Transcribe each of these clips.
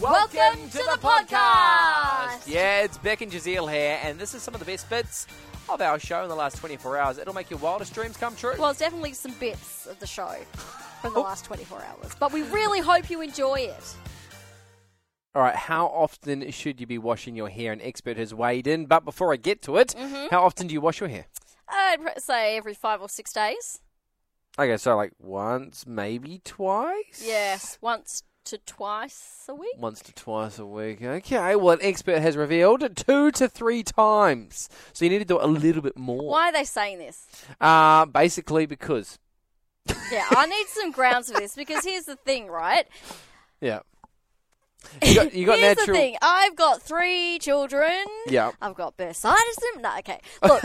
Welcome to the podcast. Yeah, it's Beck and Jazeel here, and this is some of the best bits of our show in the last 24 hours. It'll make your wildest dreams come true. Well, it's definitely some bits of the show from the Oh. last 24 hours, but we really hope you enjoy it. All right, how often should you be washing your hair? An expert has weighed in, but before I get to it, Mm-hmm. how often do you wash your hair? I'd pr- say every five or six days. Okay, so like once, maybe twice? Yes, once to twice a week. Once to twice a week. Okay, well, an expert has revealed two to three times. So you need to do it a little bit more. Why are they saying this? Uh, basically because. Yeah, I need some grounds for this because here's the thing, right? Yeah. You got, you got Here's natural. the thing. I've got three children. Yeah. I've got bursitism. No, okay. Look,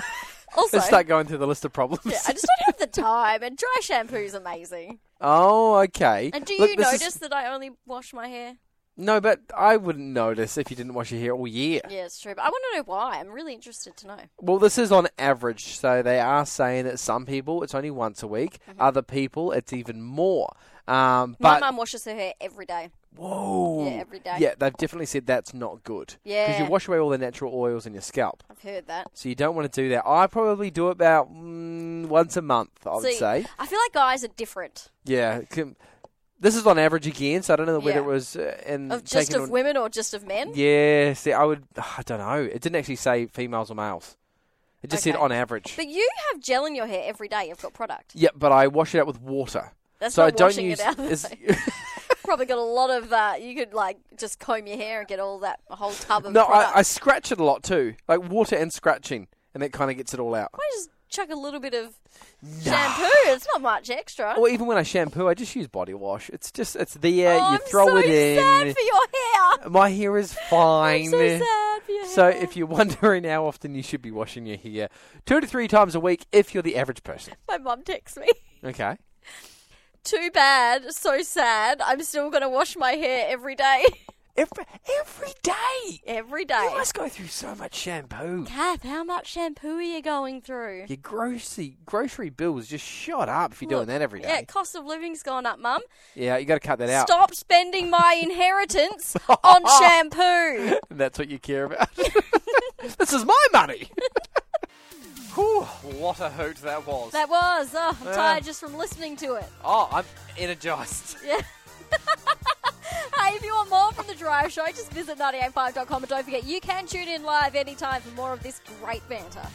also, Let's start going through the list of problems. yeah, I just don't have the time, and dry shampoo is amazing. oh, okay. And do Look, you this is- notice that I only wash my hair? No, but I wouldn't notice if you didn't wash your hair all year. Yeah, it's true. But I want to know why. I'm really interested to know. Well, this is on average, so they are saying that some people it's only once a week, Mm-hmm. other people it's even more. Um, My but mum washes her hair every day. whoa, Yeah, every day. Yeah, they've definitely said that's not good. because Yeah. you wash away all the natural oils in your scalp, I've heard that. so you don't want to do that. I probably do it about mm, once a month, I would See, say. I feel like guys are different Yeah. it can- This is on average again, so I don't know whether Yeah. it was uh, in of just taken of on- women or just of men. Yeah, see, I would. ah, I don't know. It didn't actually say females or males. It just said Okay. on average. But you have gel in your hair every day. You've got product. yeah, but I wash it out with water, That's so not I don't washing use. it out. is- Probably got a lot of. Uh, you could like just comb your hair and get all that a whole tub of. no, product. I, I scratch it a lot too, like water and scratching, and that kind of gets it all out. Why just chuck a little bit of shampoo? It's not much extra. Or even when I shampoo, I just use body wash. It's just it's there. Oh, Oh, you I'm throw so it in. sad for your hair. My hair is fine. I'm so sad for your So hair. if you're wondering how often you should be washing your hair, two to three times a week if you're the average person. my mum texts me. Okay. Too bad, so sad. I'm still gonna wash my hair every day, Every, every day. every day. You must go through so much shampoo. Kath, how much shampoo are you going through? Your grocery grocery bills just shot up if you're doing Look, that every Yeah, day. cost of living's gone up, Mum. Yeah, you got to cut that out. Stop spending my inheritance on shampoo. And that's what you care about. this is my money. Whew, what a hoot that was. That was. Oh, I'm tired just from listening to it. oh, I'm energized. Hey, if you want more from The Drive Show, just visit 985.com and don't forget you can tune in live anytime for more of this great banter.